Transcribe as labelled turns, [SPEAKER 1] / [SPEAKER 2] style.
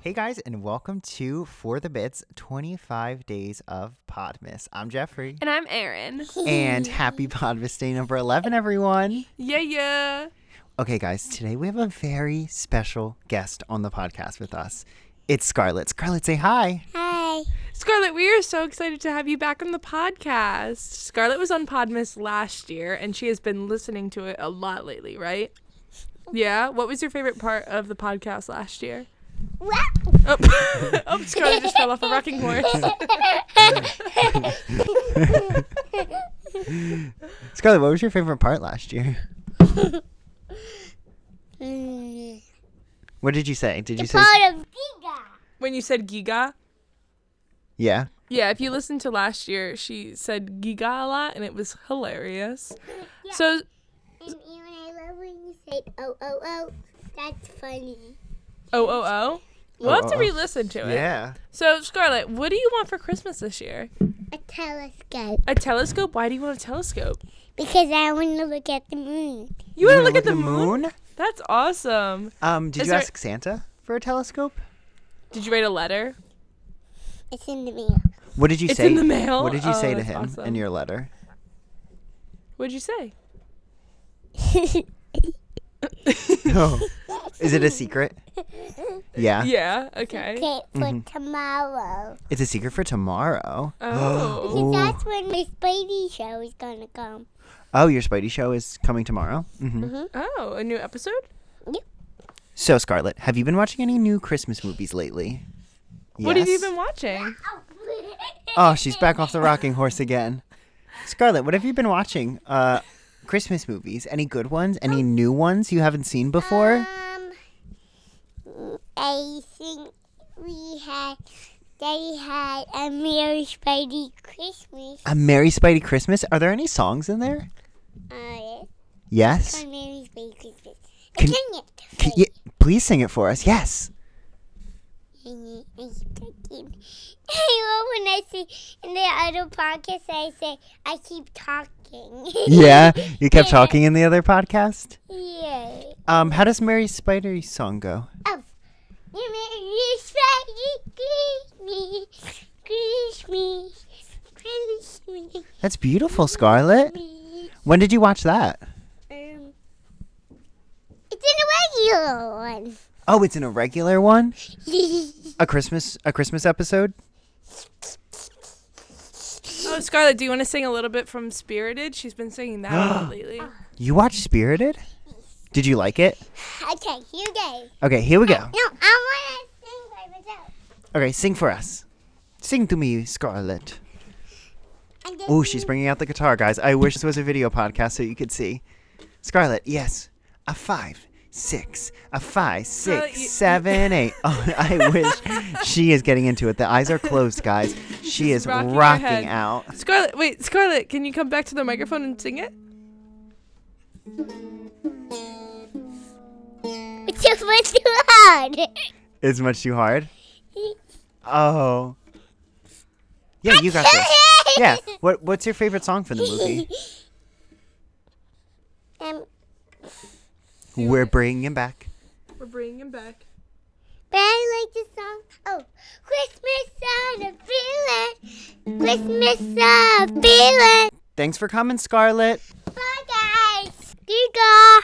[SPEAKER 1] Hey guys, and welcome to For the Bits 25 Days of Podmas. I'm Jeffrey.
[SPEAKER 2] And I'm Erin.
[SPEAKER 1] And happy Podmas Day number 11, everyone.
[SPEAKER 2] Yeah, yeah.
[SPEAKER 1] Okay, guys, today we have a very special guest on the podcast with us. It's Scarlett. Scarlett, say hi.
[SPEAKER 3] Hi.
[SPEAKER 2] Scarlett, we are so excited to have you back on the podcast. Scarlett was on Podmas last year, and she has been listening to it a lot lately, right? Yeah. What was your favorite part of the podcast last year? Oh, oh Scarlett just fell off a rocking horse.
[SPEAKER 1] Scarlett, what was your favorite part last year?
[SPEAKER 3] Mm.
[SPEAKER 1] What did you say? Did you say?
[SPEAKER 3] Part of Giga.
[SPEAKER 2] When you said Giga,
[SPEAKER 1] Yeah.
[SPEAKER 2] yeah, if you listened to last year, she said Giga a lot, and it was hilarious. So,
[SPEAKER 3] And even I love when you say oh oh oh. That's funny.
[SPEAKER 2] oh, oh, oh. We'll have to
[SPEAKER 1] Oh.
[SPEAKER 2] re listen to it.
[SPEAKER 1] Yeah.
[SPEAKER 2] So, Scarlett, what do you want for Christmas this year?
[SPEAKER 3] A telescope.
[SPEAKER 2] A telescope? Why do you want a telescope?
[SPEAKER 3] Because I want to look at the moon.
[SPEAKER 2] You want to look
[SPEAKER 1] Wanna
[SPEAKER 2] at the moon? That's awesome.
[SPEAKER 1] Um, did
[SPEAKER 2] Is
[SPEAKER 1] you
[SPEAKER 2] there-
[SPEAKER 1] ask Santa for a telescope?
[SPEAKER 2] Did you write a letter?
[SPEAKER 3] It's in the mail.
[SPEAKER 1] What did you
[SPEAKER 2] It's
[SPEAKER 1] say?
[SPEAKER 2] in the mail.
[SPEAKER 1] What did you
[SPEAKER 2] Oh,
[SPEAKER 1] say to
[SPEAKER 2] that's
[SPEAKER 1] him in
[SPEAKER 2] awesome.
[SPEAKER 1] your letter?
[SPEAKER 2] What'd you say?
[SPEAKER 1] Oh. Is it a secret? Yeah.
[SPEAKER 2] Yeah, okay.
[SPEAKER 3] Okay, for tomorrow.
[SPEAKER 1] It's a secret for tomorrow.
[SPEAKER 2] Oh.
[SPEAKER 3] Because
[SPEAKER 1] Ooh.
[SPEAKER 3] that's when my Spidey show is going to come.
[SPEAKER 1] Oh, your Spidey show is coming tomorrow. hmm
[SPEAKER 2] Oh, a new episode?
[SPEAKER 1] So, Scarlett, have you been watching any new Christmas movies lately?
[SPEAKER 2] What have you
[SPEAKER 1] Yes?
[SPEAKER 2] been watching?
[SPEAKER 3] Uh,
[SPEAKER 1] Oh, she's back off the rocking horse again. Scarlett, what have you been watching? Uh, Christmas movies? Any good ones? Any
[SPEAKER 2] Um,
[SPEAKER 1] new ones you haven't seen
[SPEAKER 2] uh,
[SPEAKER 1] before?
[SPEAKER 3] Um, I think we had, Daddy had a Merry Spidey Christmas.
[SPEAKER 1] A Merry Spidey Christmas? Are there any songs in there?
[SPEAKER 3] Uh,
[SPEAKER 1] Yes.
[SPEAKER 3] on Mary's Baby Christmas. I
[SPEAKER 1] Can-
[SPEAKER 3] sing it.
[SPEAKER 1] Can you, please sing it for us. Yes.
[SPEAKER 3] I love when I say in the other podcast I say I keep talking.
[SPEAKER 1] Yeah. You kept talking in the other podcast.
[SPEAKER 3] yeah.
[SPEAKER 1] Um, how does Merry Spidey song go?
[SPEAKER 3] Merry Spidey Christmas, Christmas, Christmas.
[SPEAKER 1] That's beautiful, Scarlett. When did you watch that?
[SPEAKER 3] Um, it's in a regular one.
[SPEAKER 1] Oh, it's in a regular one? A Christmas a Christmas episode?
[SPEAKER 2] Oh, Scarlett, do you want to sing a little bit from Spirited? She's been singing that a lot lately.
[SPEAKER 1] You watched Spirited? Did you like it?
[SPEAKER 3] okay, you go.
[SPEAKER 1] Okay, here we go.
[SPEAKER 3] No, I want to sing by myself.
[SPEAKER 1] Okay, sing for us. Sing to me, Scarlett.
[SPEAKER 3] And then
[SPEAKER 1] Oh, she's bringing out the guitar, guys. I wish this was a video podcast so you could see. Scarlett, yes. A five, six, a five,
[SPEAKER 2] Scarlett,
[SPEAKER 1] six,
[SPEAKER 2] you- you-
[SPEAKER 1] seven, eight. Oh, I wish she is getting into it. The eyes are closed, guys. She is
[SPEAKER 2] rocking
[SPEAKER 1] rocking,
[SPEAKER 2] her head.
[SPEAKER 1] out.
[SPEAKER 2] Scarlett, wait, Scarlett, can you come back to the microphone and sing it?
[SPEAKER 3] It's too much too hard.
[SPEAKER 1] It's much too hard. Oh. Yeah, you got this. Yeah. What What's your favorite song from the movie?
[SPEAKER 3] Um,
[SPEAKER 1] We're bringing back.
[SPEAKER 2] We're bringing him back.
[SPEAKER 3] but I like the song. Oh, Christmas on a feeling. Christmas on a feeling.
[SPEAKER 1] Thanks for coming, Scarlett.
[SPEAKER 3] Bye, guys. You guys.